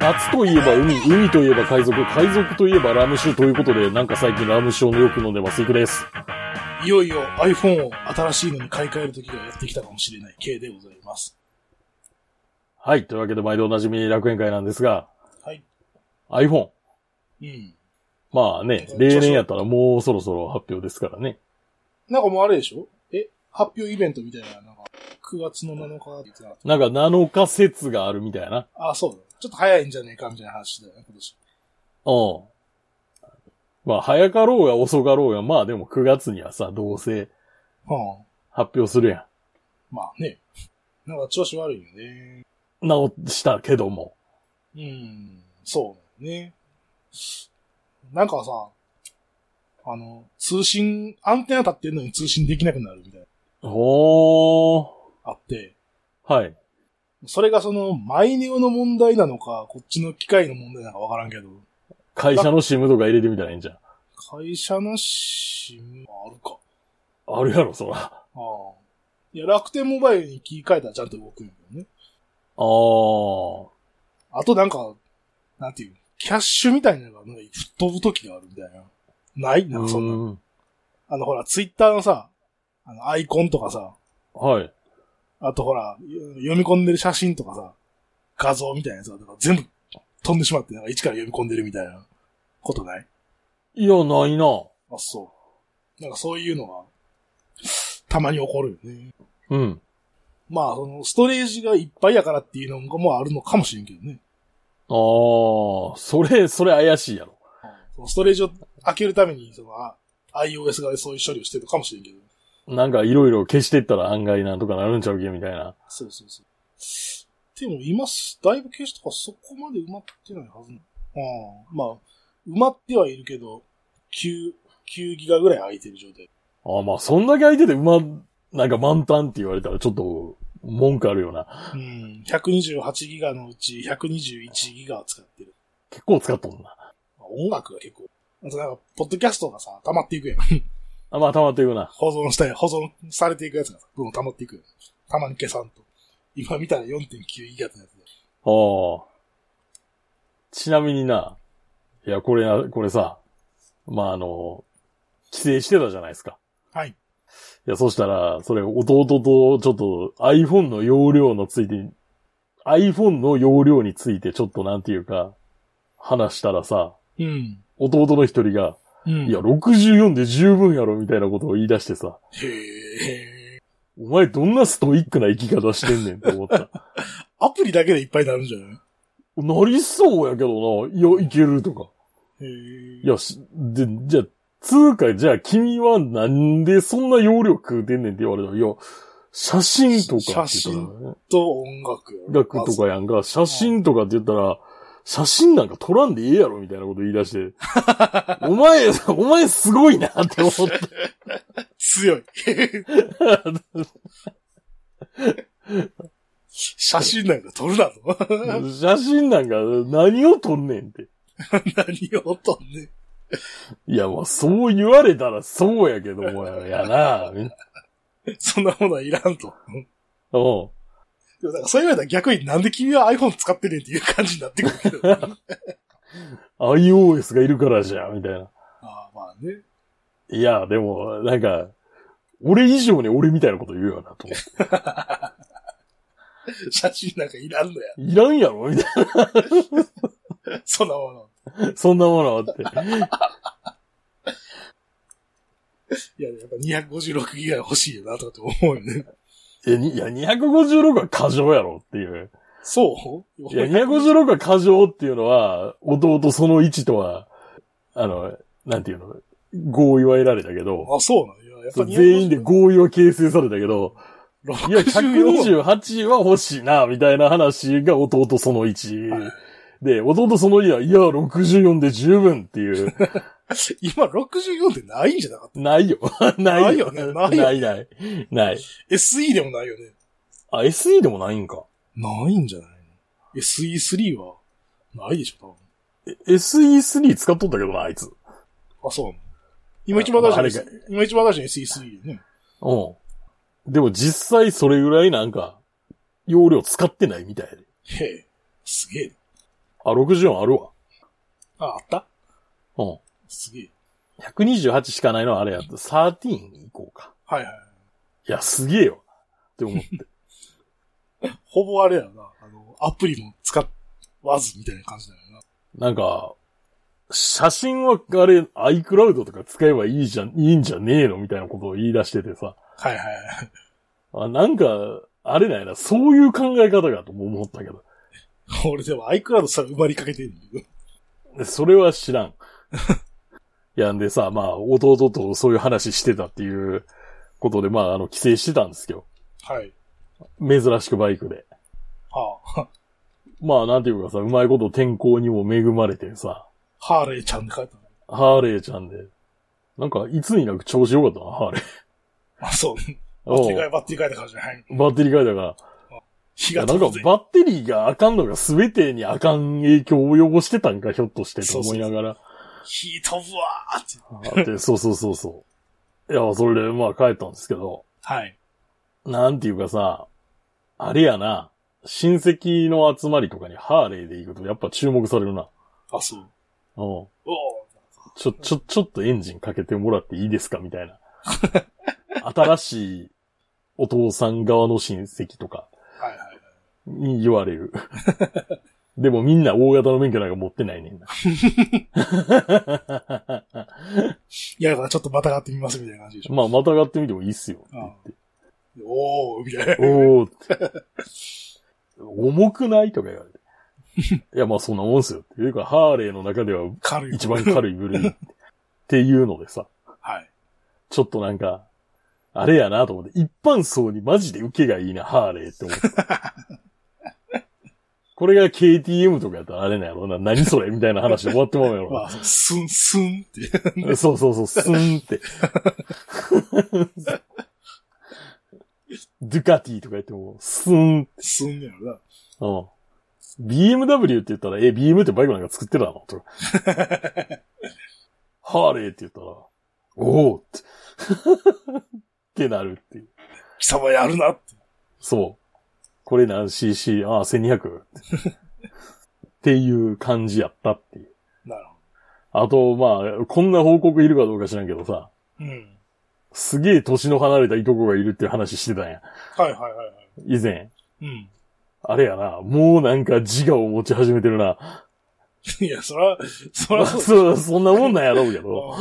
夏といえば海、海といえば海賊、海賊といえばラム酒ということで、なんか最近ラム酒をよく飲んでます。いくです。いよいよ iPhone を新しいのに買い替える時がやってきたかもしれない系でございます。はい。というわけで、毎度おなじみ楽園会なんですが、はい。 iPhone。うん。まあね、例年やったらもうそろそろ発表ですからね。なんかもうあれでしょえ発表イベントみたいな、なんか、9月の7日って言ってなかったなんか7日節があるみたいな。あ、そうだ。ちょっと早いんじゃねえかみたいな話だよね、今年。うん。まあ、早かろうが遅かろうが、まあでも9月にはさ、どうせはあ、発表するやまあね。なんか調子悪いよね。ん。直したけども。うん。そうだよね。なんかさ、あの、通信、アンテナ立ってんのに通信できなくなるみたいな、ほー。あって、はい。それがその、マイネオの問題なのか、こっちの機械の問題なのかわからんけど、会社の SIM とか入れてみたらいいんじゃん。会社の SIM あるか。あるやろ、そら。あああ。いや、楽天モバイルに切り替えたらちゃんと動くんだよね。ー。あとなんか、なんていう、キャッシュみたいなのが、なんか、吹っ飛ぶ時があるみたいな。ないなんかそんな。うんあの、ほら、ツイッターのさ、あの、アイコンとかさ、はい。あとほら、読み込んでる写真とかさ、画像みたいなやつが、なんか全部飛んでしまって、なんか一から読み込んでるみたいなことないいや、ないな。あ、そう。なんかそういうのが、たまに起こるよね。うん。まあ、その、ストレージがいっぱいやからっていうのもあるのかもしれんけどね。あー。それ、それ怪しいやろ。そのストレージを開けるために、その、あ iOS がそういう処理をしてるのかもしれんけど。なんかいろいろ消していったら案外なんとかなるんちゃうけみたいな。そうそうそう。でも今す、だいぶ消しとかそこまで埋まってないはずな。うん。まあ、埋まってはいるけど、9、9ギガぐらい空いてる状態。あー、まあ、そんだけ相手で馬、なんか満タンって言われたらちょっと、文句あるよな。うん。128ギガのうち121ギガを使ってる。結構使っとんな。まあ、音楽が結構。あとなんか、ポッドキャストがさ、溜まっていくやん。あ、まあ、たまっていくな。保存したい、保存されていくやつがさ、どんどん溜まっていくやん。たまに消さんと。今見たら4.9ギガのやつで。ああ。ちなみにな、いや、これな、これさ、まあ、あの、帰省してたじゃないですか。はい。いや、そしたら、それ、弟と、ちょっと、iPhone の容量のついて、iPhone の容量について、ちょっとなんていうか、話したらさ、うん。弟の一人が、うん。いや、64で十分やろ、みたいなことを言い出してさ、へえ。お前どんなストイックな生き方してんねんって思った。アプリだけでいっぱいになるんじゃないなりそうやけどな、いや、いけるとか。へいえ。や、し、で、じゃあ、つうか、じゃあ君はなんでそんな容量食うてんねんって言われたら、いや、写真とかって言ったら、ね、と音楽よ。楽とかやんか、写真とかって言ったら、写真なんか撮らんでええやろみたいなこと言い出して、お前、お前すごいなって思って。まず。強い。写真なんか撮るなと。 写真なんか何を撮んねんって。何を撮んねん。いや、まあそう言われたらそうやけどもや、やな。みんなそんなものはいらんと。うん。でもなんかそういうのは逆になんで君は iPhone 使ってねんっていう感じになってくる けど。 iOS がいるからじゃ、みたいな。ああまあね。いや、でも、なんか、俺以上に俺みたいなこと言うよな、と思って。写真なんかいらんのや。 いらんやろみたいそんなもの。な。そんなものあって。いや、やっぱ256ギガ欲しいよなとかって思うよね。いやにいや、256は過剰やろっていう。そういや、256は過剰っていうのは、弟その1とは、あの、なんていうの、合意は得られたけど、あ、そうなのいややっぱそう全員で256合意は形成されたけど、いや、 64 128は欲しいな、みたいな話が弟その1。で、弟その1は、いや、64で十分っていう。 今64ってないんじゃなかっないよ。 ないないよねないよないない。ない。た ?SE でもないよね。あ、SE でもないんか。ないんじゃないの ?SE3 はないでしょ、多 SE3 使っとったけどな、あいつ。分。あ、そうなの今一番あ大れ事かな、今一番大事な SE3 よね。うん。でも実際それぐらいなんか、容量使ってないみたいで。へえ。すげえ。あ、64あるわ。あ、あったうん。すげえ。 128しかないのはあれやった。13に行こうか。はいはい。いや、すげえよ。って 思って。ほぼあれやな。あの、アプリも使わずみたいな感じだよな。なんか、写真はあれ、iCloud とか使えばいいじゃん、いいんじゃねえのみたいなことを言い出しててさ。はいはいはい。あなんか、あれなんやな、そういう考え方かとも思ったけど。俺でも iCloud さ、埋まりかけてるんだけど。でそれは知らん。いやんでさ、まあ、弟とそういう話してたっていうことで、まあ、あの、帰省してたんですけど。はい。珍しくバイクで。はあ。まあ、なんていうかさ、うまいこと天候にも恵まれてさ、ハーレーちゃんで書いたの。ハーレーちゃんで。なんか、いつになく調子良かったな、ハーレー。あ、そう。バッおテリー替え、うバッテリー替えた感じで。はい。バッテリー変えたから。日いやがなん飛かぶぜ。バッテリーがあかんのが全てにあかん影響を及ぼしてたんか、ひょっとしてと思いながら。火飛ぶわーって。あってそうそうそうそう。いや、それでまあ帰ったんですけど、はい。なんていうかさ、あれやな、親戚の集まりとかにハーレーで行くとやっぱ注目されるな。あ、そう。うん。おおちょ、ちょ、ちょっとエンジンかけてもらっていいですかみたい な。新しいお父さん側の親戚とかはいはいはい。に言われ る。でもみんな大型の免許なんか持ってないね んな。いや、だからちょっとまたがってみますみたいな感じでしょ。まあ、またがってみてもいいっすよ。ああおおみたいな。おー って重くないとか言われて。いや、まあそんなもんっすよ。っていうか、ハーレーの中では軽い。一番軽い部類っていうのでさ。はい。ちょっとなんか、あれやなと思って、一般層にマジで受けがいいな、ハーレーって思った。 これが KTM とかやったらあれなんやろうな、何それみたいな話で終わってまうやまろあ、スンスンって。な。そうそうそう、スンっ て。ドゥカティとか言っても、スンって。すんねやろな。うん。BMW って言ったら、え、BM ってバイクなんか作ってたのとか。ハーレーって言ったら、おーって。 ってなるっていう。貴様やるなって。そう。これ何 cc? ああ、1200。っていう感じやったっていう。なるほあと、まあ、こんな報告いるかどうか知らんけどさ、ど。うん。すげえ年の離れたいとこがいるっていう話してたんや。はいはいはいはい。以前。うん。あれやな、もうなんか自我を持ち始めてるな。いや、そら、そらそうだそう、そんなもんなんやろうけど。よ。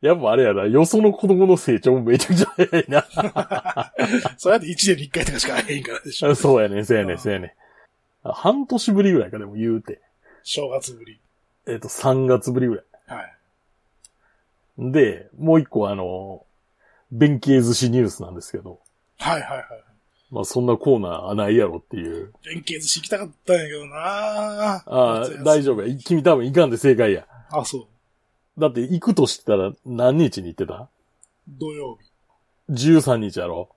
やっぱあれやな、よその子供の成長もめちゃくちゃ早いな。そうやって1年に1回とかしか会えへんからでし ょ。そうやねん、そうやねん、そうやねん。あ半年ぶりぐらいか、でも言うて。正月ぶり。えっ、と、3月ぶりぐらい。はい。で、もう一個あの、弁慶寿司ニュースなんですけど、はいはいはい。まあそんなコーナーないやろっていう。弁慶寿司行きたかったんやけどなあああ、大丈夫や。君多分行かんで正解や。あ、そう。だって行くとしたら何日に行ってた土曜日。 ?13 日やろ。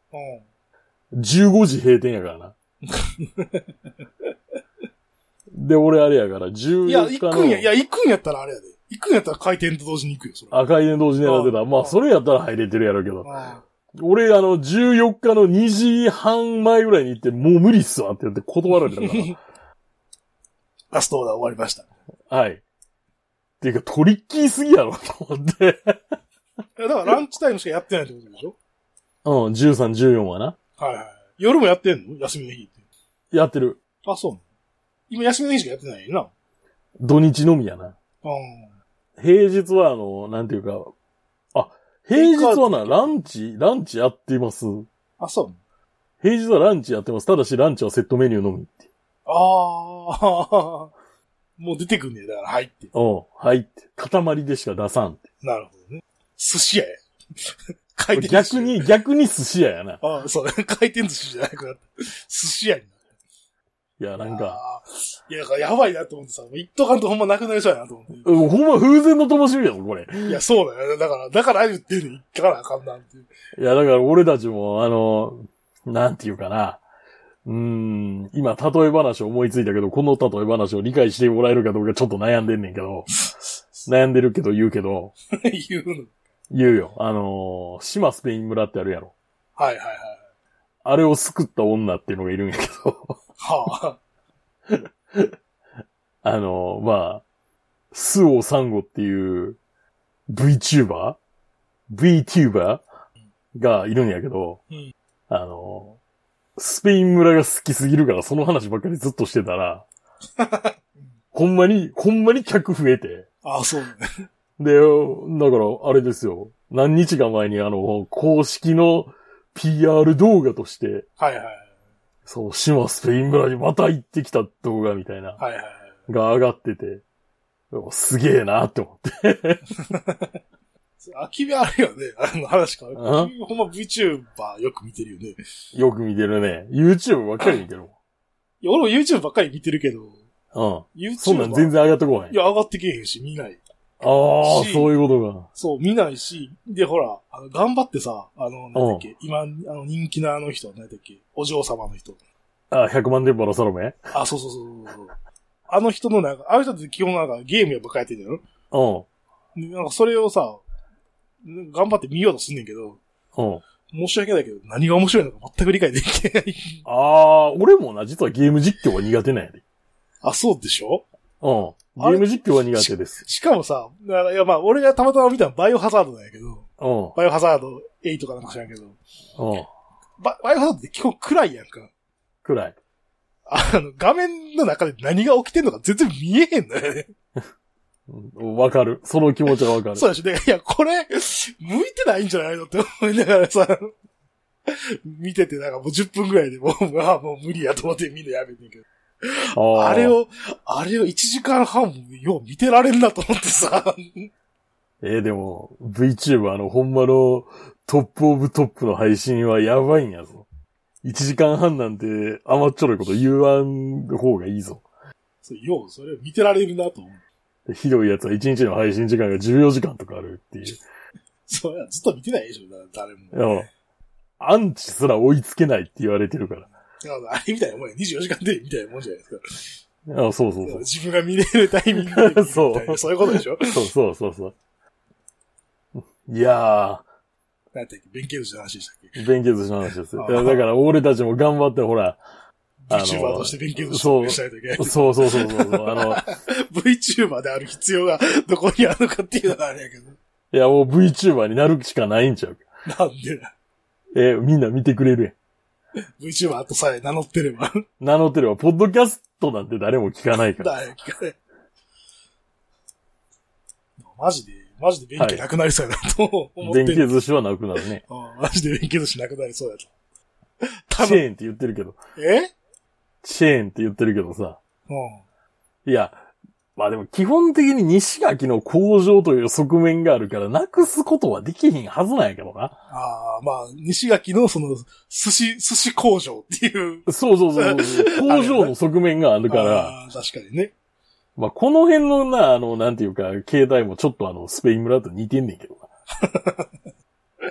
うん。 15時閉店やからな。で、俺あれやから、14い日や、の行くんや、いや、行くんやったらあれやで。行くんやったら開店と同時に行くよ、それ。赤い電同時にやってた。うんまあ、それやったら入れてるやろうけど。あ俺、あの、14日の2時半前ぐらいに行って、もう無理っすわって言って断られた から。ラストオーダー終わりました。い はい。っていうか、トリッキーすぎやろ、と思って。やだからランチタイムしかやってないってことでしょうん、13、14はな。はいはい。夜もやってんの休みの日って。やってる。あ、そうなの今休みの日しかやってないよ土日のみやな。な。うん。平日は、あの、なんていうか、あ、平日はな、ランチ、ランチやってます。あ、そうなの平日はランチやってます。ただし、ランチはセットメニューのみって。ああ、 もう出てくんねえ、だから入って。うん、はいって。塊でしか出さんって。なるほどね。寿 司屋や。回転寿司逆。に、逆に寿司屋やな。ああ、そう、 回転寿司じゃなくなった。寿司屋になっいや、た。なんか、ああ。いや、だからやばいなと思ってさ、もう一斗缶とほんまなくなりそうやなと思って。うんほんま風前の灯しみやろ、これ。いや、そうだよね。だから、だから言ってるの、だからあかんなっていう。いや、だから俺たちも、あの、なんていうかな。うーん、今、例え話を思いついたけど、この例え話を理解してもらえるかどうかちょっと悩んでんねんけど、悩んでるけど言うけど、言うの。言うよ。あのー、島スペイン村ってあるやろ。はいはいはい。あれを救った女っていうのがいるんやけど、はあ。あの、まあ、スオサンゴっていう VTuber?VTuber? VTuber がいるんやけど、うんあの、スペイン村が好きすぎるからその話ばっかりずっとしてた ら、ほんまに、ほんまに客増えて。ああ、そうね。で、だから、あれですよ。何日か前にあの、公式の PR 動画として、はいはいはい。そう、島スペイン村にまた行ってきた動画みたいな、はいはいはい。が上がってて、すげえなって思って。あきびあるよね。あの話か。んあきびほんま VTuber よく見てるよね。よく見てるね。YouTube ばっかり見てるいや、俺も YouTube ばっかり見てるけど、もん。うん。 YouTube そんなん全然上がってこないい。や、上がってけえへんし、見ない。ああ、しそういうこそう、見ないし、で、ほら、あの頑張ってさ、あの、なんだっけ、今、あの、人気のあの人、なんだっけ、お嬢様の人。とか。あ、100万店舗のサロメあ、そうそうそうそうそう。あの人のなんか、あの人って基本なんかゲームやっぱ変えてんだよ。うでなんかそれをさ、頑張って見ようとすんねんけど、ん。うん。申し訳ないけど、何が面白いのか全く理解できてない。 ああ、俺もな、実はゲーム実況は苦手なんやで。あ、そうでしょうん。ゲあれーム実況は苦手です。しかもさ、だからいやまあ、俺がたまたま見たのはバイオハザードなんやけど、うん。バイオハザード8かなんか知らんけど、うん。ババイオハザードって基本暗いやんか。暗い。あの、画面の中で何が起きてんのか全然見えへんのよね。うんわかる。その気持ちがわかる。そうでしょ。で、いや、これ、向いてないんじゃないのって思いながらさ、見ててなんかもう10分ぐらいでもう、ああもう無理やと思ってみんなやめてんけど。あああれ。を、あれを1時間半もよう見てられるなと思ってさ、 えーでも、VTuber のほんまのトップオブトップの配信はやばいんやぞ。1時間半なんて甘っちょろいこと言わん方がいいぞ。そうようそれを見てられるなと思う。でひどいやつは1日の配信時間が14時間とかあるっていう。そうや、ずっと見てないでしょ、だ誰も。うんアンチすら追いつけないって言われてるから。だからあれみたいなもんや、24時間テレビみたいなもんじゃないですか。あそうそうそだからう。自分が見れるタイミングで見るみたい な。そうそういうことでしょそうそうそうそう。いやなんて弁慶の話でしたっけー、弁慶寿司の話ですよ。あだから俺たちも頑張って、ほら。あの VTuber として勉強しないといけない。そうそうそうそうそう。あの、 VTuber である必要が どこにあるのかっていうのがあれやけど。いやもう VTuber になるしかないんちゃうか。 なんでなえーみんな見てくれるやん。 VTuber とさえ名乗ってれ ば。名乗ってれば、ポッドキャストなんて誰も聞かないから。誰かね。マジで、マジで勉強なくなりそうやなと思って弁慶る。寿司はなくなるね。うんマジで勉強しなくなりそうやと。 多チ分、ェーンって言ってるけど、えチェーンって言ってるけどさ。うん。いや、まあでも基本的に西垣の向上という側面があるから、なくすことはできひんはずなんやけどな。ああ、まあ、西垣のその、寿司、寿司工場っていう。そうそうそうそう。 工場の側面があるから、あー、確かにね。まあこの辺のな、あの、なんていうか、携帯もちょっとあの、スペイン村と似てんねんけど な。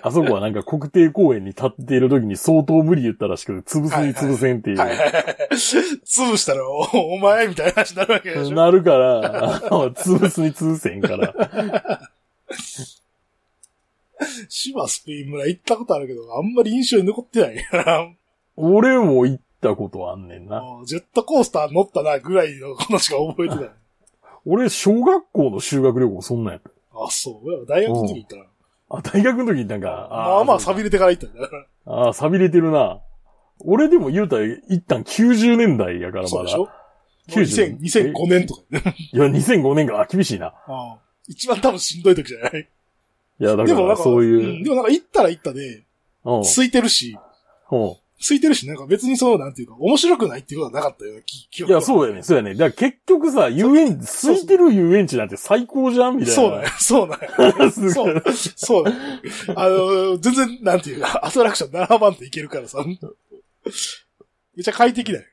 あそこはなんか国定公園に立っている時に相当無理言ったらしくて、潰すに潰せんっていう。はいはい はい。潰したらお、お前みたいな話になるわけでしょ。なるから、あの潰すに潰せんから。芝スペイン村行ったことあるけど、あんまり印象に残ってない から、俺も行ったことあんねんな。もうジェットコースター乗ったなぐらいのことしか覚えてない。 俺、小学校の修学旅行そんなんやった。あ、そう。大学の時に行ったな。あ、大学の時になんか、まあまあ、さ錆び、びれてから行ったんだから。あー錆びれてるな。俺でも言うたら、一旦90年代やからそうまでだ。しょ90 2000 ?2005 年とかね。いや、2005年か。あ、厳しいな。ああ一番多分しんどい時じゃないいや、だでかもなら、んか、そうういんう。でもなんか行ったら行ったで、うん。うん。空いてるし、空いてるし、なんか別にその、なんていうか、面白くないっていうことはなかったような記記い憶がや、そうやね。そうやね。だから結局さ、遊園地、そう空いてる遊園地なんて最高じゃんみたいな。そうだよ、そうだ よ。すそ、ごいうそうだよ。あの、全然、なんていうか、アトラクション並ばんといけるからさ。めっちゃ快適だよ。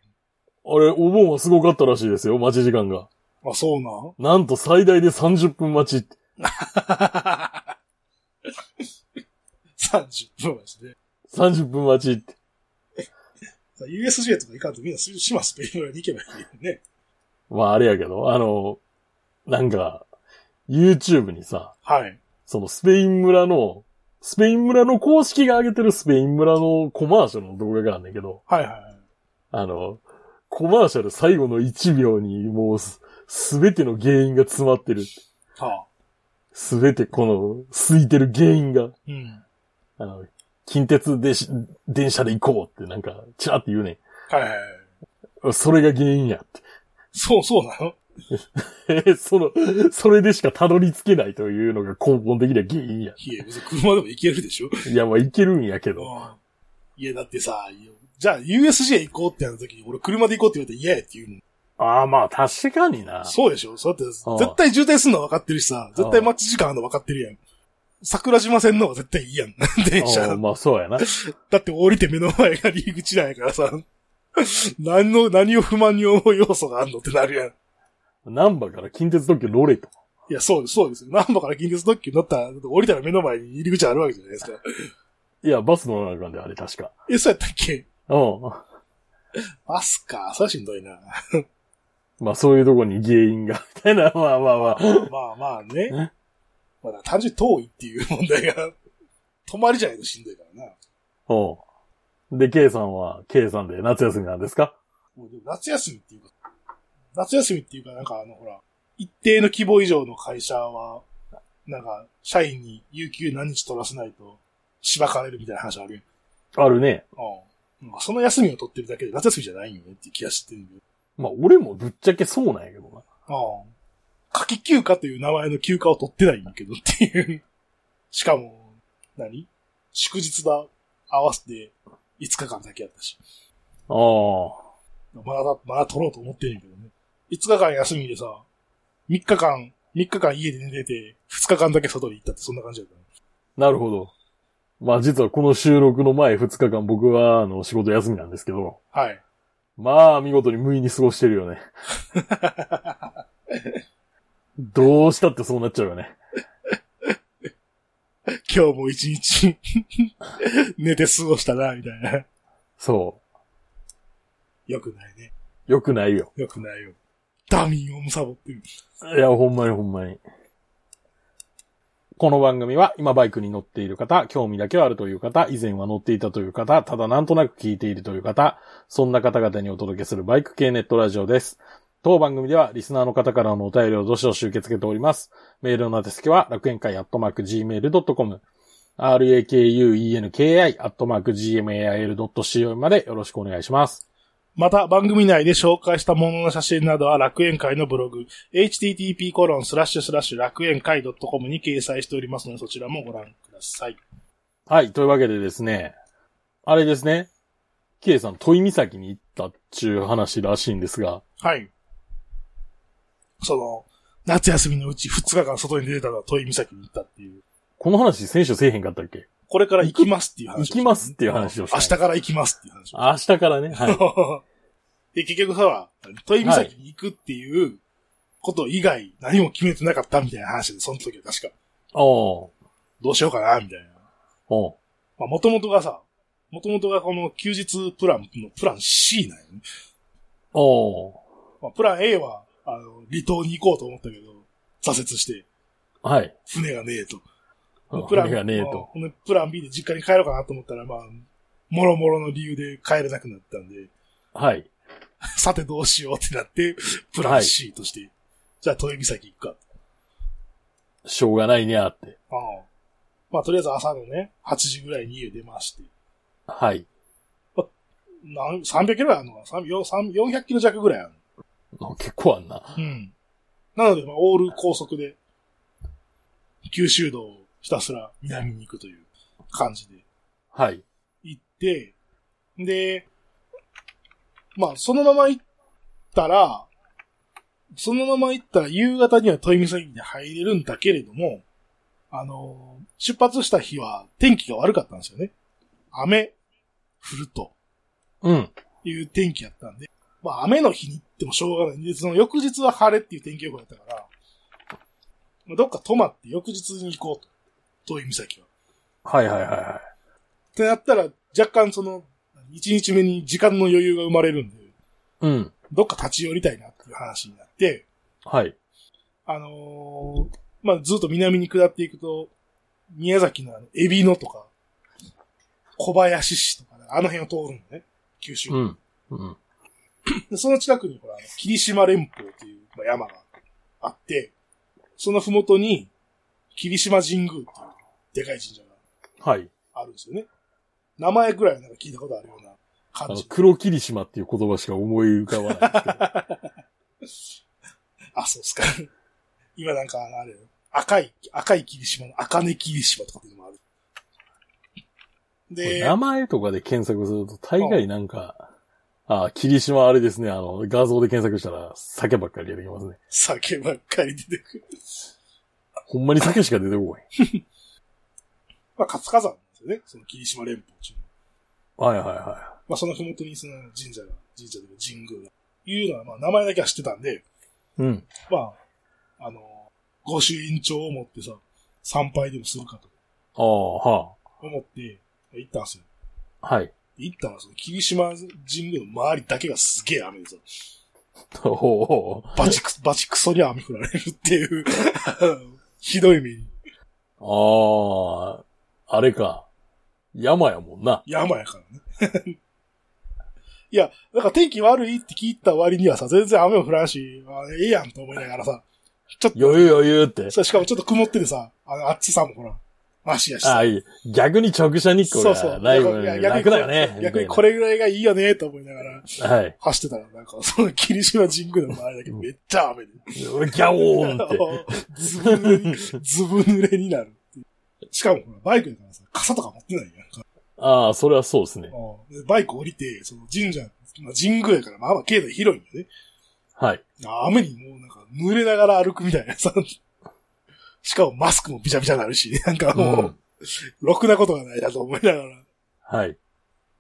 あれ、お盆はすごかったらしいですよ、待ち時間が。あ、そうなんなんと最大で30分待ち。 ?30 分ですね。 30分待ちって。さ USJ とか行かんとみんなすぐ島スペイン村に行けばいいよね。まああれやけど、あの、なんか、YouTube にさ、はい。そのスペイン村の、スペイン村の公式が上げてるスペイン村のコマーシャルの動画があんねんけど、はいはいはい。あの、コマーシャル最後の1秒にもうすすべての原因が詰まってる。はあ。すべてこの、空いてる原因が、うん。あの、近鉄でし、電車で行こうってなんか、チラって言うねはいはいはい。ん。それが原因やそう、そうなのって。 その、それでしかたどり着けないというのが根本的な原因や。いや、別に車でも行けるで しょ。いや、まあ、いけるんやけど。いや、だってさ、じゃあ USJ 行こうってやった時に、俺車で行こうって言われたら嫌やって言うもん。ああ、まあ、確かにな。そうでしょそうだってああ、絶対渋滞すんのは分かってるしさ、絶対待ち時間あるの分かってるやん。桜島線の方が絶対いいやん。 電ああ車。まあ、そうやな。だって降りて目の前が入り口なんやからさ、 何の、何を不満に思う要素があんのってなるやん。難波から近鉄特急乗れと。いや、そうです、そうですよ。南波から近鉄特急乗ったら、降りたら目の前に入り口あるわけじゃないですか。いや、バス乗らなあかんで、あれ確か。え、そうやったっけうバスか。それはしんど いな。ん。まあ、そういうとこに原因が、みたいな。 まあまあまあ。まあまあね。まあだから単純に遠いっていう問題が、泊まりじゃないとしんどいからな。うん。で、K さんは、K さんで夏休みなんですかもうでも夏休みっていうか、夏休みっていうかなんかあのほら、一定の規模以上の会社は、なんか、社員に有給何日取らせないと、しばかれるみたいな話あるよ。あるね。うん。なんかその休みを取ってるだけで夏休みじゃないよねっていう気がしてるけど。まあ、俺もぶっちゃけそうなんやけどな。うん。夏季休暇という名前の休暇を取ってないんだけどっていう。しかも、何祝日だ。合わせて5日間だけやったし。ああ。まだ、まだ取ろうと思ってるんやけどね。5日間休みでさ、3日間、3日間家で寝てて、2日間だけ外に行ったってそんな感じだったね。なるほど。まあ、実はこの収録の前2日間僕は、あの、仕事休みなんですけど、はい。まあ、見事に無意に過ごしてるよね。どうしたってそうなっちゃうよね。今日も一日、 寝て過ごしたな、みたいな。そよくないね。う。よくないよ。よくないよ。ダミンを貪ってる。いや、ほんまにほんまに。この番組は今バイクに乗っている方、興味だけはあるという方、以前は乗っていたという方、ただなんとなく聞いているという方、そんな方々にお届けするバイク系ネットラジオです。当番組ではリスナーの方からのお便りをどしどし受け付けております。メールの宛先は楽園会アットマーク Gmail.com、rakuenki アットマーク Gmail.co までよろしくお願いします。また、番組内で紹介したものの写真などは楽園会のブログ、http コロンスラッシュスラッシュ楽園会 .com に掲載しておりますので、そちらもご覧ください。はい、というわけでですね、あれですね、キエさん、問い岬に行ったっちゅう話らしいんですが、はい。その、夏休みのうち2日間外に出てたのは問い岬に行ったっていう。この話選手せえへんかったっけこれから行きますっていう話をし行た。きますっていう話をした。明日から行きますっていう話を明日からね、はい。 で、結局さ、問い岬に行くっていうこと以外何も決めてなかったみたいな話で、その時は確か、おうどうしようかな、みたいな。おうまあ、もともとがさ、もともとがこの休日プランのプラン C なんよね。おうまあ、プラン A は、あの、離島に行こうと思ったけど、挫折して、はい。船がねえと。これがねえまあと。ほんでプラン B で実家に帰ろうかなと思ったら、まあ、もろもろの理由で帰れなくなったんで、 はい。さてどうしようってな って、プラン C として、じゃあ、豊見岬行くか。しょうがないにゃーって。ああまあ、とりあえず朝のね、8時ぐらいに家出まして、はい。なん300キロぐらいあるのかな3 4 400キロ弱ぐらいあるのあ結構あんな。うん。なので、まあ、オール高速で、九州道をひたすら南に行くという感じではい。行って、で、まあ、そのまま行ったら、そのまま行ったら夕方には豊見岬で入れるんだけれども、あのー出発した日は天気が悪かったんですよね。雨、降ると。うん。いう天気やったんで、まあ雨の日に行ってもしょうがない。で、その翌日は晴れっていう天気予報やったから、まあ、どっか泊まって翌日に行こうと。遠い岬は。はいはいはいはってなったら、若干その、1日目に時間の余裕が生まれるんで、い。うん。どっか立ち寄りたいなっていう話になって、はい。あのーまあずっと南に下っていくと、宮崎のあの、エビ野とか、小林市とか、あの辺を通るんだね。九州。うん。うん。で、その近くにほら、あの霧島連峰っていうまあ山があっあって、そのふもとに、霧島神宮っていう、でかい神社はい。があるんですよね。名前くらいはなんか聞いたことあるようなあ感のじ、。黒霧島っていう言葉しか思い浮かばないですけど。あ、そうっすか。 今なんか、あれ、赤い、赤い霧島の、赤根霧島とかっていうのもある。これで、名前とかで検索すると、大概なんか、ああ、霧島あれですね。あの、画像で検索したら、酒ばっかり出てきますね。酒ばっかり出てくる。ほんまに酒しか出てこない。まあ、活火山なんですよね。その霧島連峰中の。はいはいはまあ、そのふもとにその神社が、神社というか神宮が、いうのは、まあ、名前だけは知ってたんで、い。うん。まあ、あの、御朱印帳を持ってさ、参拝でもするかとああ、は思って、行ったんですよ。あ。はい。 行ったら、その霧島神宮の周りだけがすげえ雨でさ、ほうほうバチク、バチクソに雨降られるっていう、 ひどい目に。ほう。ああ、あれか。山やもんな。山やからね。 いや、なんか天気悪いって聞いた割にはさ、全然雨も降らんし、あええやんと思いながらさ、ちょっと、余裕余裕って。そうしかもちょっと曇っててさ、あの、あっちさもほら、マシやしあさ。あ、いい。逆に直射日光そうそがう。ライブいや楽だよ逆ね。に逆にみこれぐらいがいいよね、と思いながらたいなはい。走ってたら、なんか、その霧島神宮の周りだけめっちゃ雨で。ギャオーンって。 ずぶ濡れに、ずぶ濡れになるっていう。しかもほら、バイクだからさ、傘とか持ってないやんか。ああ、それはそうですね。うんでバイク降りて、その神社、まあ神宮やから、まあまあ境内広いんだよね。はい。あ雨にもうなんか濡れながら歩くみたいなさ。 しかもマスクもびちゃびちゃになるし、なんかもう、うんろくなことがないなと思いながら、はい。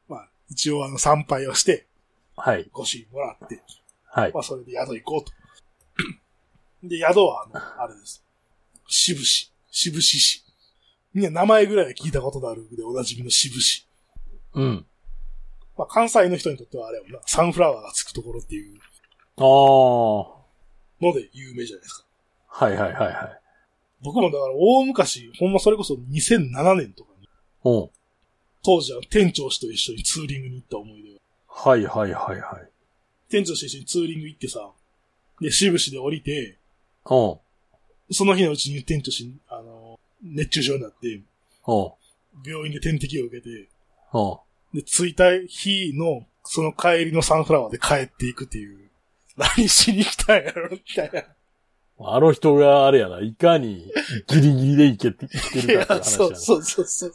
まあ、一応あの参拝をして、はい。ご主人もらって、はい。まあそれで宿行こうと。 で、宿はあの、あれです。渋市。渋市市。みんな名前ぐらいは聞いたことのあるでおなじみの渋市。うん。まあ関西の人にとってはあれやもんな、サンフラワーがつくところっていうああ。はので有名じゃないですか。いはいはいはい。僕もだから大昔、ほんまそれこそ2007年とかに、うん。当時は店長氏と一緒にツーリングに行った思い出が。はいはいはいはい。店長氏と一緒にツーリング行ってさ、で、渋市で降りて、うん。その日のうちに店長氏、あの、熱中症になって、うん。病院で点滴を受けて、うん。で、着いた日の、その帰りのサンフラワーで帰っていくっていう、何しに来たんやろみたいな。あの人があれやな、いかにギリギリでいけて、生きてるかっていう話やそうそうそうそう。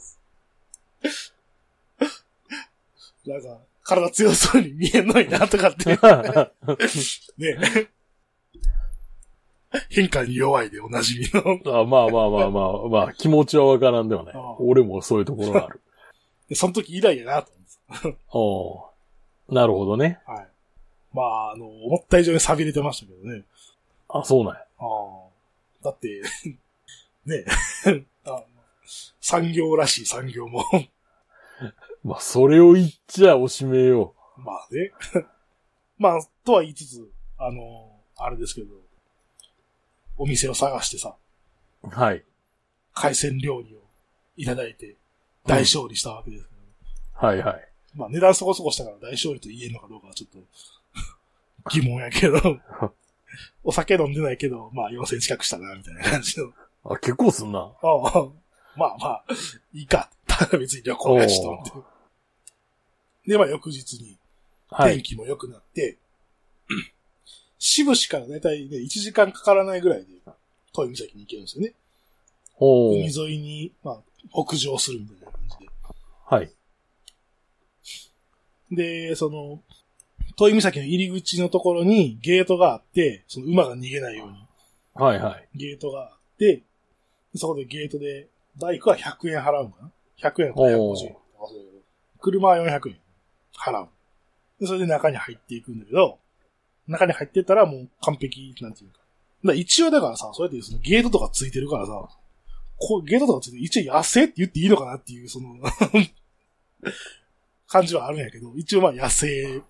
なんか、体強そうに見えんのになとかって、な。ね。 変化に弱いでおなじみの。 あまあまあまあまあ、まあ、気持ちはわからんではないああ。俺もそういうところがあ る。 でその時以来やなと思っておうなるほどね。た。はい。まあ、あの、思った以上に錆びれてましたけどね。あ、そうなんや。ああ。だって、 ね あ産業らしい産業も。 まあ、それを言っちゃおしめよまあね。 まあ、とは言いつつ、あの、あれですけど、お店を探してさ、う。はい。海鮮料理をいただいて、大勝利したわけですけど、はいはい。まあ値段そこそこしたから大勝利と言えるのかどうかはちょっと 疑問やけど、 お酒飲んでないけど、まあ4000近くしたな、みたいな感じの。 あ、結構すんな。ああまあまあ、いいか。 別に旅行やしと思って。で、まあ翌日に、は天い。気も良くなって、 渋市からだいたいね、1時間かからないぐらいで、遠い岬に行けるんですよね。おう海沿いに、まあ、北上するみたいな感じはい。で。で、その、遠い岬の入り口のところにゲートがあって、その馬が逃げないようにはいはい。ゲートがあって、そこでゲートで、バイクは100円払うのかな ?100 円かおー150円とか忘れたけど。車は400円払う。でそれで中に入っていくんだけど、中に入ってったらもう完璧、なんていうか。だから一応だからさ、そうやってそのゲートとかついてるからさ、こうゲートとかついて一応安いって言っていいのかなっていう、その、 感じはあるんやけど、一応まあ野生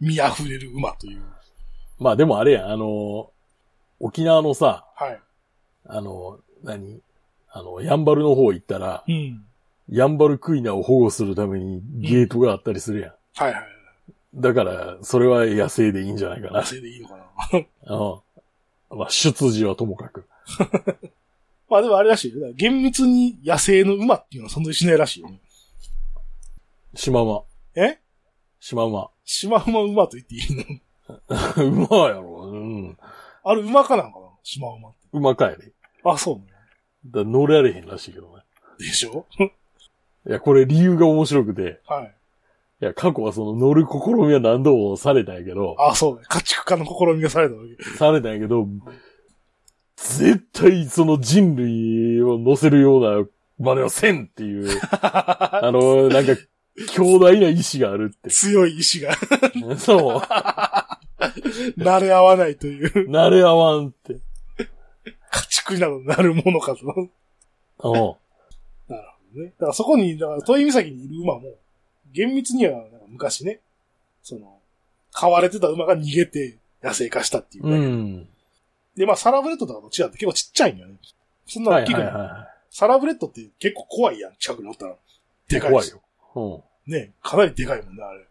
見溢れる馬という。まあでもあれや、あの、沖縄のさ、はい。あの、何あの、やんばるの方行ったら、うん。ヤンバルクイナを保護するためにゲートがあったりするやはいはい。ん。だから、それは野生でいいんじゃないかな野。生でいいのかな。うん。まあ、出自はともかく。まあでもあれらしいよ。だから厳密に野生の馬っていうのは存在しないらしいよね。シマウマ。えシマウマ。シマウマ馬と言っていいの 馬やろ。うん。あれ馬かなんかなシマウマって。馬かやで。あ、そうね。だから乗られへんらしいけどね。でしょいや、これ理由が面白くて、はい。いや、過去はその乗る試みは何度もされたんやけど、あ、そうね。家畜化の試みがされたわけ。されたんやけど、絶対その人類を乗せるような真似はせんって いう、あの、なんか、強大な意志があるって。強い意志がそう。慣れ合わないという。慣れ合わんって。家畜などなるものかと。うん。ね。だからそこに、だから、遠い岬にいる馬も、厳密には、なんか昔ね、その、飼われてた馬が逃げて野生化したっていう、ねうん。で、まあ、サラブレッドとかと違って結構ちっちゃいんよね。そんなは大いきくはない。いはサラブレッドって結構怖いやん、近くにおったら。い。でかい怖でいすよ。うん。ね。かなりでかいもんね、あれ。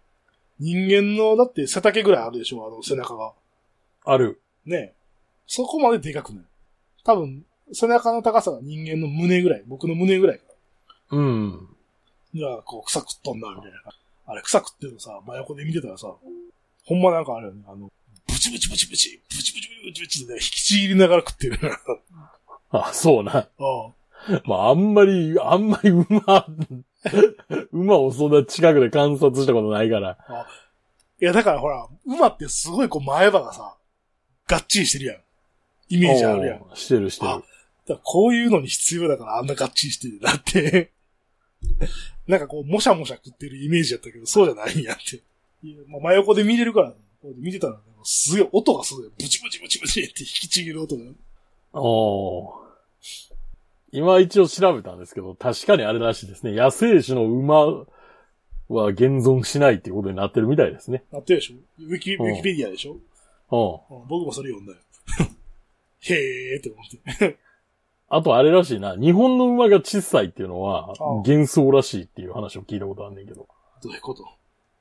人間の、だって背丈ぐらいあるでしょ、あの背中が。ある。ね。そこまででかくない。多分、背中の高さが人間の胸ぐらい、僕の胸ぐらい。うん。が、こう、草食っとんな、みたいな。あれ、草食ってるのさ、真横で見てたらさ、ほんまなんかあれよね、あの、ブチブチブチブちブチブチブチブチってね、引きちぎりながら食ってる。 ああ、そうな。あまあ、あんまり、あんまり馬、馬をそんな近くで観察したことないから。いや、だからほら、馬ってすごいこう、前歯がさ、がっちりしてるやん。イメージあるやん。だかおうしてるしてるあ。らこういうのに必要だから、あんながっちりしてるなって。 なんかこう、もしゃもしゃ食ってるイメージやったけど、そうじゃないんやって。いやまあ、真横で見れるから、こう見てたら、すげえ音がすごい。ブチブチブチブチって引きちぎる音が。おー今一応調べたんですけど、確かにあれらしいですね。野生種の馬は現存しないっていうことになってるみたいですね。なってるでしょウィキ、ウうんィキペディアでしょ、うん。うん僕もそれ読んだよ。 へーって思って。あとあれらしいな。日本の馬が小さいっていうのはああ幻想らしいっていう話を聞いたことあんねんけど。どういうこと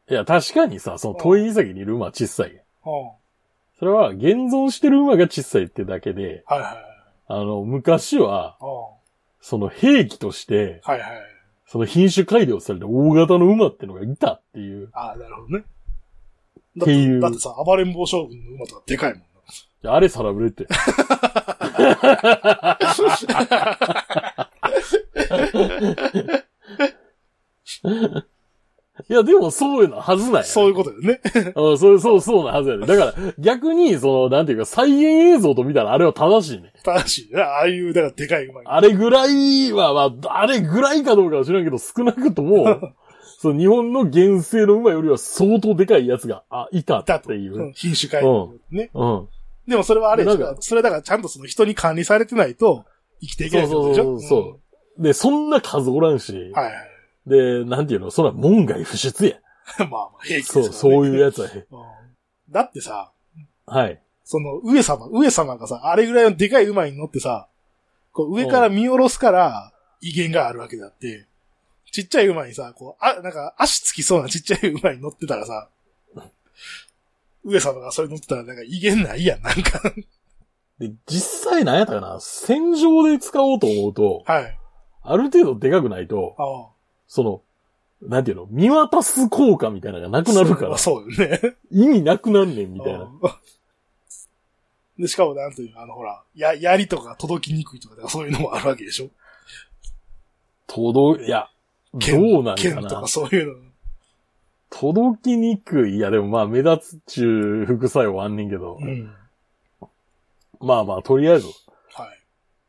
いや、確かにさ、その遠い岬にいる馬は小さいやん。ああそれは現存してる馬が小さいってだけで、はいはいはい。あの、昔は、ああその兵器として、はいはい。その品種改良された大型の馬ってのがいたっていう。ああ、なるほどね。っだっていて、うだってさ、暴れん坊将軍の馬とかでかいもんな。いやあれサラブレッドや いや、でもそういうのはずなんや。そういうことよね。うん、そう、そう、そうなはずやで。だから、逆に、その、なんていうか、再現映像と見たらあれは正しいね。正しいね。ああいう、だからでかい馬に。あれぐらいは、まあ、あれぐらいかどうかは知らんけど、少なくとも、その日本の原生の馬よりは相当でかいやつが、あ、いただっと。ていうう。ん品種改良ね。うん。でもそれはあれでしなんょそれだからちゃんとその人に管理されてないと生きていけないってことでしょそうそうそうそで、そんな数おらんしん、はい はい。で、なんていうの、そら門外不出や。まあまあ、平気ですそよう、そういうやつは、うんだってさ、はい。その、上様、上様がさ、あれぐらいのでかい馬に乗ってさ、こう上から見下ろすから、威厳があるわけだって、ちっちゃい馬にさ、こう、あ、なんか足つきそうなちっちゃい馬に乗ってたらさ、上様がそれ乗ってたらなんか威厳ないやん、なんか。で、実際なんやったかな、戦場で使おうと思うと、はい。ある程度でかくないと、ああ。その、なんていうの、見渡す効果みたいなのがなくなるから、そうそうよね。意味なくなんねんみたいな。うんで、しかもなんというのあの、ほら、や、槍とか届きにくいとか、だからそういうのもあるわけでしょ届、いや、剣どうなんか剣となか。そういうの。届きにくい。いや、でもまあ、目立つっちゅう副作用はあんねんけど、うん。まあまあ、とりあえず、はい。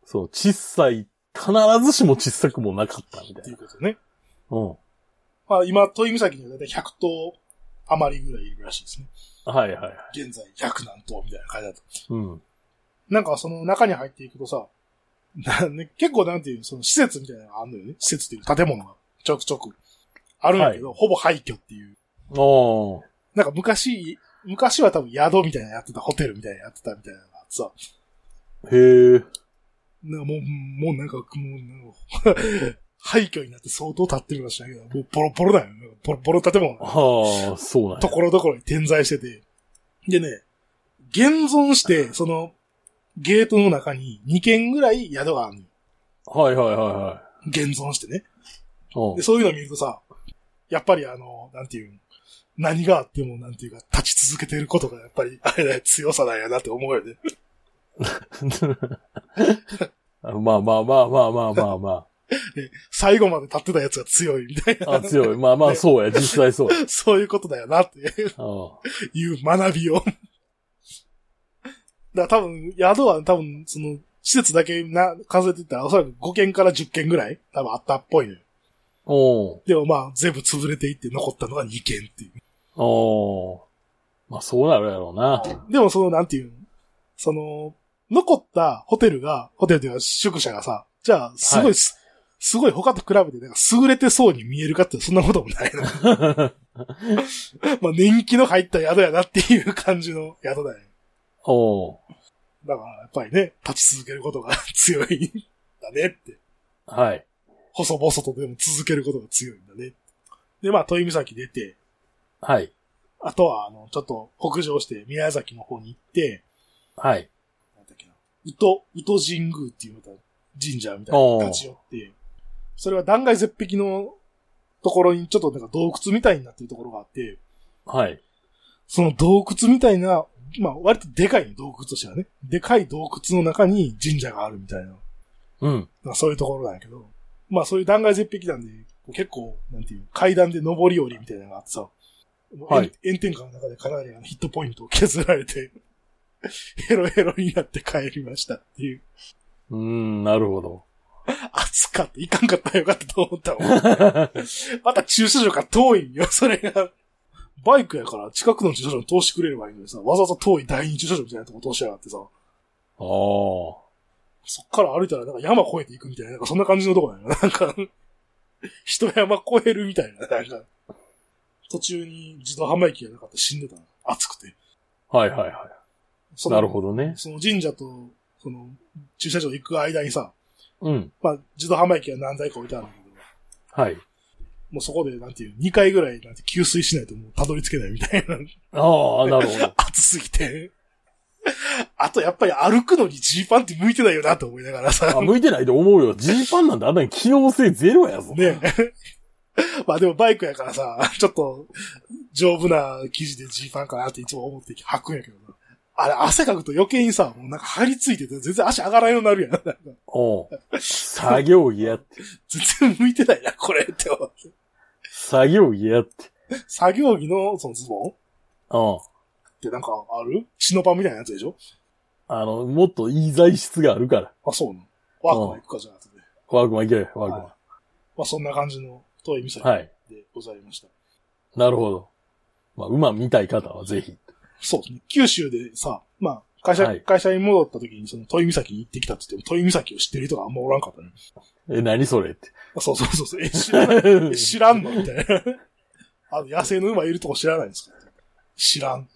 そう、小さい、必ずしも小さくもなかったみたっていいうな。ことね。うん。まあ今、鳥岬にはだいたい100頭余りぐらいいるらしいですね。はいはいはい。現在100何頭みたいな感じだと。うん。なんかその中に入っていくとさ、なね、結構なんていう、その施設みたいなのがあるのよね。施設っていう建物がちょくちょくあるんだけど、ほぼ廃墟っていう。おー。なんか昔、昔は多分宿みたいなのやってた、ホテルみたいなのやってたみたいなのがあってさ、へえ。なんかもう、もうなんか、もうなんか 廃墟になって相当経ってるらしいんだけど、もうボロボロだよ、ね。ボロボロ建物なのああ、そうなんやところどころに点在してて。でね、現存して、その、ゲートの中に2軒ぐらい宿があるのよ。はいはいはいはい。現存してね。うんで、そういうの見るとさ、やっぱりあの、なんていうん何があっても、なんていうか、立ち続けてることが、やっぱり、あれだよ、強さだよなって思うよね。ま あまあまあまあまあまあま最後まで立ってたやつが強いみたいあ。あ強い。まあまあそうや。実際そうや。な、 そういうことだよなってういう学びを。だから多分、宿は多分、その、施設だけな、数えてたら、おそらく5件から10件ぐらい、多分あったっぽいのよ。ん。おでもまあ、全部潰れていって残ったのが2件っていう。うん。おうん。まあそうなるやろうな。でもその、なんていうのその、残ったホテルが、ホテルというか宿舎がさ、じゃあ、すごい、はすすごい他と比べて、なんか優れてそうに見えるかって、そんなこともないな。まあ、年季の入った宿やなっていう感じの宿だよ。 おうん。だから、やっぱりね、立ち続けることが強いんだねって。はい。細々とでも続けることが強いんだね。で、まあ、豊見岬出て、はい。あとは、あの、ちょっと北上して宮崎の方に行って、はい。なんだっけな、宇都、宇都神宮っていうまた神社みたいなのに立ち寄って、それは断崖絶壁のところにちょっとなんか洞窟みたいになってるところがあって、はい。その洞窟みたいな、まあ割とでかいね洞窟としてはね。でかい洞窟の中に神社があるみたいな、うん。まあそういうところなんやけど、まあそういう断崖絶壁なんで、こう結構、なんていう、階段で上り下りみたいなのがあってさ、はい炎炎天下の中でかなりあのヒットポイントを削られて、 ヘロヘロになって帰りましたっていう。うーん、なるほど。 暑かった。行かんかったらよかったと思ったわ。 また駐車場が遠いんよ、それが。バイクやから近くの駐車場に通してくれればいいのにさ、わざわざ遠い第二駐車場みたいなとこ通しやがってさ、あそっから歩いたらなんか山越えていくみたいな、なんかそんな感じのとこだよ。 なんか、人山越えるみたいな、なんか、途中に自動販売機がなかったら死んでたの。暑くて。あ。はいはいはそい。のなるほどね。その神社と、その、駐車場行く間にさ、うん。まあ、自動販売機が何台か置いてあるんだけど、はい。もうそこで、なんていう、2回ぐらい、なんて、給水しないともうたどり着けないみたいな。ああ、なるほ ど。暑すぎて。あと、やっぱり歩くのにジーパンって向いてないよなと思いながらさあ、。向いてないと思うよ。ジーパンなんてあんなに機能性ゼロやぞ。ねえ。まあでもバイクやからさ、ちょっと、丈夫な生地でジーパンかなっていつも思って履くんやけどな。あれ、汗かくと余計にさ、もうなんか張り付いてて全然足上がらんようになるやん。なんかおうん。作業着やって。全然向いてないな、これって思って。作業着やって。作業着の、そのズボンっうん。てなんかあるチノパンみたいなやつでしょあの、もっといい材質があるから。あ、そうなの。ワークマン行くかじゃなくて。ワークマンいけよ、ワークはいまあそんな感じの遠い岬マン。はい。でございました。なるほど。まあ、馬見たい方はぜひ。そうですね。九州でさ、まあ会社、はい会社に戻った時にその遠い岬に行ってきたって言っても、遠い岬を知ってる人があんまおらんかったね。え、何それ って。あそうそうそうそう。え、知らない。え知らんのみたいな。あの、野生の馬いるとこ知らないんですか知らん。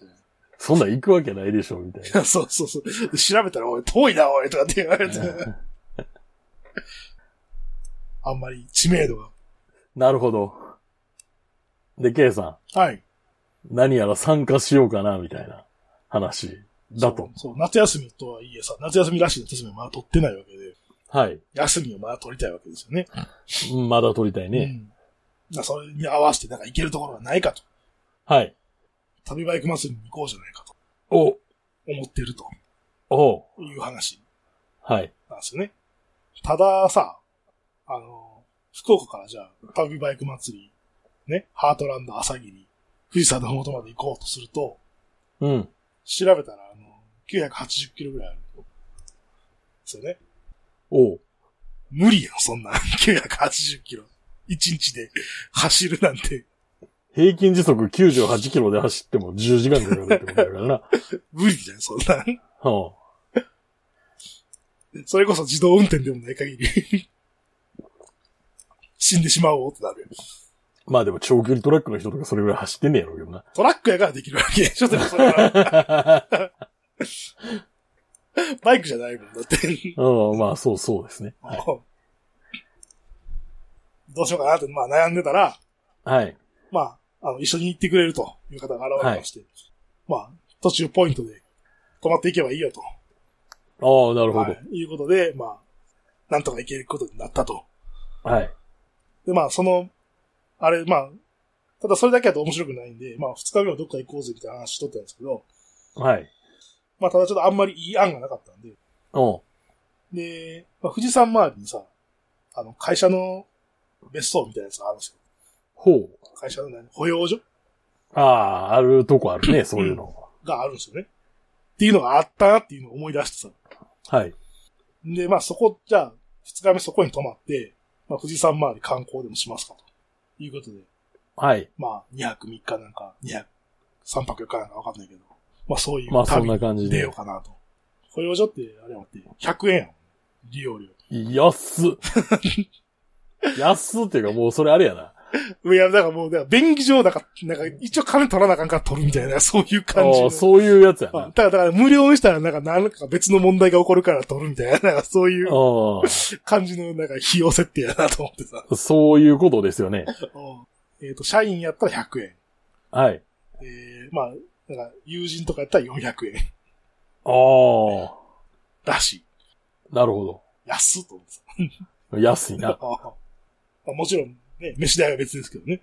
そんなん行くわけないでしょ、みたいそうそうそう。で調べたら、おい、遠いな、おい、とかって言わ れて。な。あんまり知名度が。なるほど。で、K さはい。ん、何やら参加しようかな、みたいな話だと。そう。そう、夏休みとはいえさ、夏休みらしい夏休みをまだ取ってないわけで、はい。休みをまだ取りたいわけですよね。まだ撮りたいうね。ん。だからそれに合わせてなんか行けるところがないかと。はい。旅バイク祭りに行こうじゃないかとお、思ってるとおいう話はい。なんですよね。たださ、あの、福岡からじゃあ旅バイク祭り、ね、ハートランド朝霧、富士山の麓まで行こうとすると、うん。調べたらあの、980キロぐらいある。ですよね。お無理やん、そんなん。980キロ。1日で走るなんて、平均時速98キロで走っても10時間かかるってことだからな。 無理じゃん、そんなん。うん。それこそ自動運転でもない限り、 死んでしまおうってなるよ。まあでも長距離トラックの人とかそれぐらい走ってんねやろうけどな。 トラックやからできるわけ。 ちょっとそれは。バイクじゃないもんだ って。うん、まあそうそうですね。はい。もうどうしようかなって、まあ悩んでたら、はい。まあ、あの、一緒に行ってくれるという方が現れまして、まあ、途中ポイントで止まっていけばいいよとああ、なるほど。はい、いうことで、まあ、なんとかいけることになったと。はい。で、まあ、その、あれ、まあ、ただそれだけだと面白くないんで、まあ、二日目はどっか行こうぜみたいな話しとったんですけど、はい。まあ、ただちょっとあんまりいい案がなかったんで、うん。で、まあ、富士山周りにさ、あの、会社の別荘みたいなやつがあるんですよ。ほう。会社の何保養所ああ、あるとこあるね、そういうの。があるんですよね。っていうのがあったなっていうのを思い出してさ。はい。で、まあそこ、じゃあ、二日目そこに泊まって、まあ富士山周り観光でもしますかと。いうことで、はい。まあ2泊3日なんか、2泊、3泊4日なんかわかんないけど、まあそういうまあそん旅なに感じ出でよう。かなと。保養所って、あれやもって、100円やもん。利用料。 安っ。安っっていうかもうそれあれやな。いや、だからもう、だから便宜上、だから、なんか一応金取らなあかんから取るみたいな、 そういうあ感じの。あそういうやつやな。まああただだから無料にしたら、なんか、なんか別の問題が起こるから取るみたいな、なん かそういうあ、感じの、なんか費用設定やなと思ってさ。そういうことですよね。うんえっ、と、社員やったら100円。はい。えー、まあ、なんか、友人とかやったら400円ああ、らしい。なるほ安っと思ってさど。安いな。あ まあもちろん、ね、飯代は別ですけどね。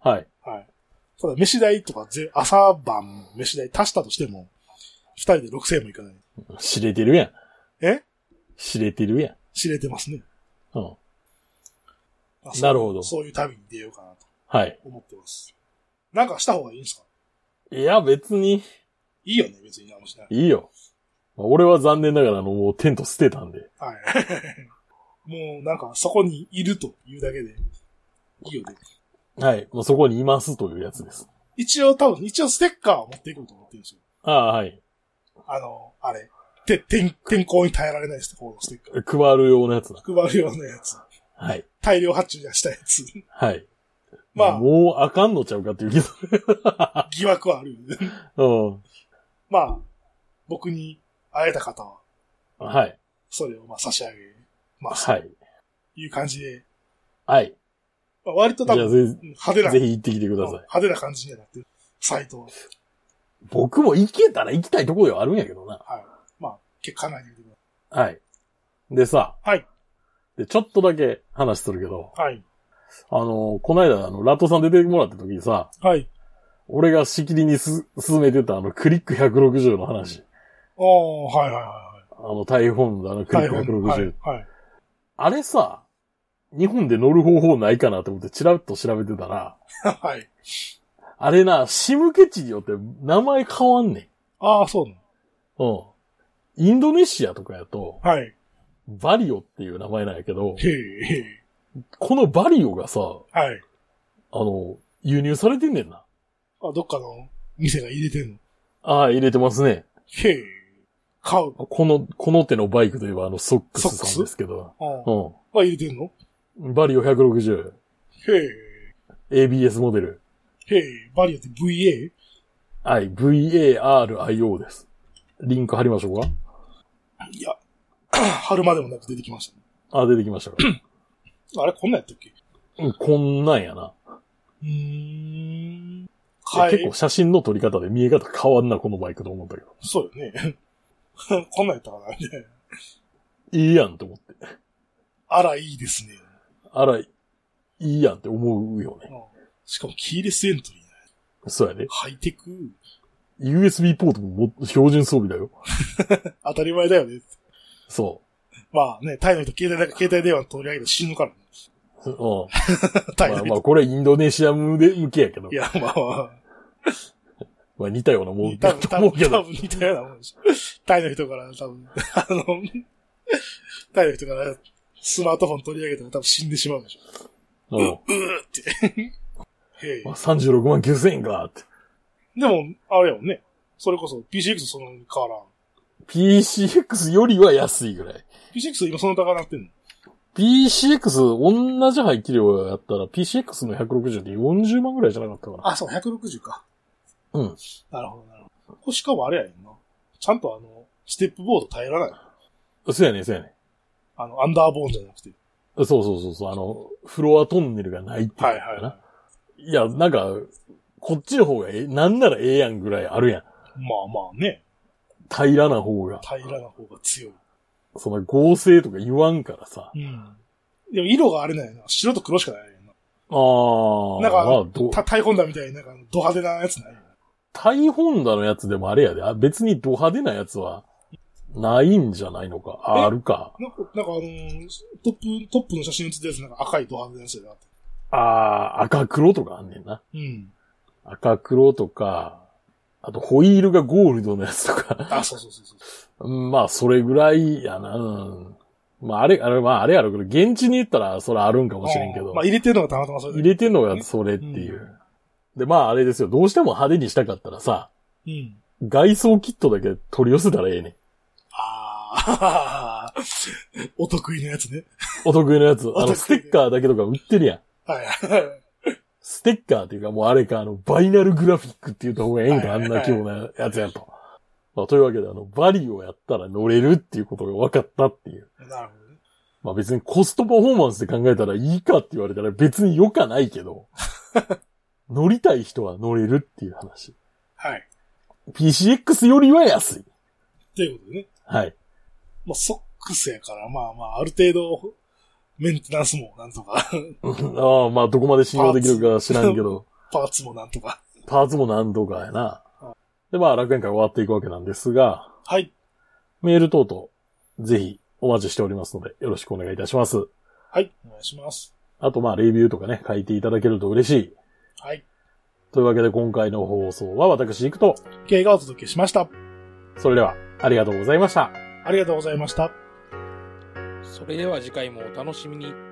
はい。はい。ただ、飯代とかぜ、朝晩、飯代足したとしても、二人で6000円もいかない。知れてるやん。え知れてるやん。知れてますね。うん。まあそうなるほどそういう旅に出ようかなとはい。思ってます。なんかした方がいいんですかいや、別に、いいよね、別に何もしない。いいよ。まあ俺は残念ながらあの、もうテント捨てたんで。はい。 もう、なんか、そこにいるというだけで、いいよね。はい。もうそこにいますというやつです。一応、多分、一応ステッカーを持っていこうと思ってるんですよ。ああ、はい。あの、あれ。て、天、天候に耐えられないですね、このステッカー。配るようなやつだ。配るようなやつ。はい。大量発注したやつ。はい。まあ、もうあかんのちゃうかっていうけ疑惑はあるよ ね。 ど。まあ、僕に会えた方は、うん。はい。それをまあ差し上げます。はい。という感じで、はい。まあ、割とじ多ゃあ分、ぜ派手な、ぜひ行ってきてください。派手な感じにはなってる。サイトは。僕も行けたら行きたいところではあるんやけどな。はい。まあ、結果ないでくだはい。でさ。はい。で、ちょっとだけ話するけど、さい。はい。あの、こないだあの、ラットさん出てもらった時にさ、はい。俺がしきりにす、進めてたあの、クリック160の話。おー、はいはいはあの、台本のあの、クリッいクはい。 160。はい。はい。あれさ、日本で乗る方法ないかなと思ってチラッと調べてたら、はい。あれな、シムケ地によって名前変わんねん。ああ、そうなの。うん。インドネシアとかやと、はい。バリオっていう名前なんやけど、へえ、へえ。このバリオがさ、はい。あの、輸入されてんねんな。あ、どっかの店が入れてんの。ああ、入れてますね。へえ。買う。この、この手のバイクといえばあのソックスソックさスんですけど、ああ。うは入れてんのん。バリオ160、へえ。 ABS モデル。へえ。バリアって VA? はい、VARIO です。リンク貼りましょうかいや。 春までもなく出てきましたね。あ、出てきましたか。あれ、こんなんやったっけうんこんなんやな。うーん。いや買結え構、写真の撮り方で見え方変わんな、このバイクと思ったけど。そうよね。 こんなんやったかなみたいな。いいやんって思って。あら、いいですね。あら、いいやんって思うよね。しかも、キーレスエントリーね。そうやね。ハイテク。 USB ポートもも標準装備だよ。当たり前だよね。そまあね、タイの人携帯なんか携帯電話取り上げたら死ぬからね。う。うん。タイまのあ人。まあ、これインドネシア向けやけどい。や、まあまあ。まあ似たようなもん多だ分、と多思分、うけ多ど。分似たようなもんでしょ。タイの人から、多分、あの、タイの人からスマートフォン取り上げたら多分死んでしまうでしょ。うん。へえまあ、36万9000円かって。でも、あれやもんね。それこそ PCX とそんなに変わらん。 PCX よりは安いぐらい。 PCX 今その高なってんの PCX 同じ排気量やったら PCX の160って40万ぐらいじゃなかったかな。あ、そう、160か。うん。なるほど、なるほど。これしかもあれやねんな。ちゃんとあの、ステップボード耐えらない。そうやね、そうやね。あの、アンダーボーンじゃなくて。そうそうそうそう、あの、フロアトンネルがないっていうのかな。、はいや、なんか、こっちの方がええ、なんならええやんぐらいあるやん。まあまあね。平らな方が、平らな方が強い。その合成とか言わんからさ。うん。でも色があれなんやな。白と黒しかないやんな。ああ、なんかまあ、ど、た、大本だみたいになんか、ド派手なやつないやんタイホンダのやつでもあれやで。あ別にド派手なやつは、ないんじゃないのか。あえあるか。なんか、なんかあのートップ、トップの写真写ってるやつなんか赤いド派手なやつやなって。ああ、赤黒とかあんねんな。うん。赤黒とか、あとホイールがゴールドのやつとか。 あ、そうそうそうそう。うんまあ、それぐらいやな。うんまあ、あれ、あれ、まあ、あれやろうけど、現地に行ったら、それあるんかもしれんけうど。まあ入れてるのがたまたまそれだ入けれてんのがそれっていう。で、まあ、あれですよ。どうしても派手にしたかったらさ、うん。外装キットだけ取り寄せたらええねん。ああ、 お得意のやつね。お得意のやつ。あお得意の、ステッカーだけとか売ってるやん。はいはい。ステッカーっていうか、もうあれか、あの、バイナルグラフィックって言った方がええんか、あはいんはいな規模なやつやと。まあ、というわけで、あの、バリをやったら乗れるっていうことが分かったっていう。なるほどね。まあ別にコストパフォーマンスで考えたらいいかって言われたら別に良かないけ ど、乗りたい人は乗れるっていう話。はい。 PCX よりは安い。ということでね。はい。まあ、ソックスやから、まあまあ、ある程度、メンテナンスもなんとか、ああ、まあどこまで信用できるか知らんけど、パーツもなんとか。パーツも何度かやな。で、まあ楽園会終わっていくわけなんですが、はい。メール等々、ぜひお待ちしておりますので、よろしくお願いいたします。はい。お願いします。あと、まあ、レビューとかね、書いていただけると嬉しい。はい。というわけで、今回の放送は私、行くと。経がお届けしました。それでは、ありがとうございました。ありがとうございました。それでは次回もお楽しみに。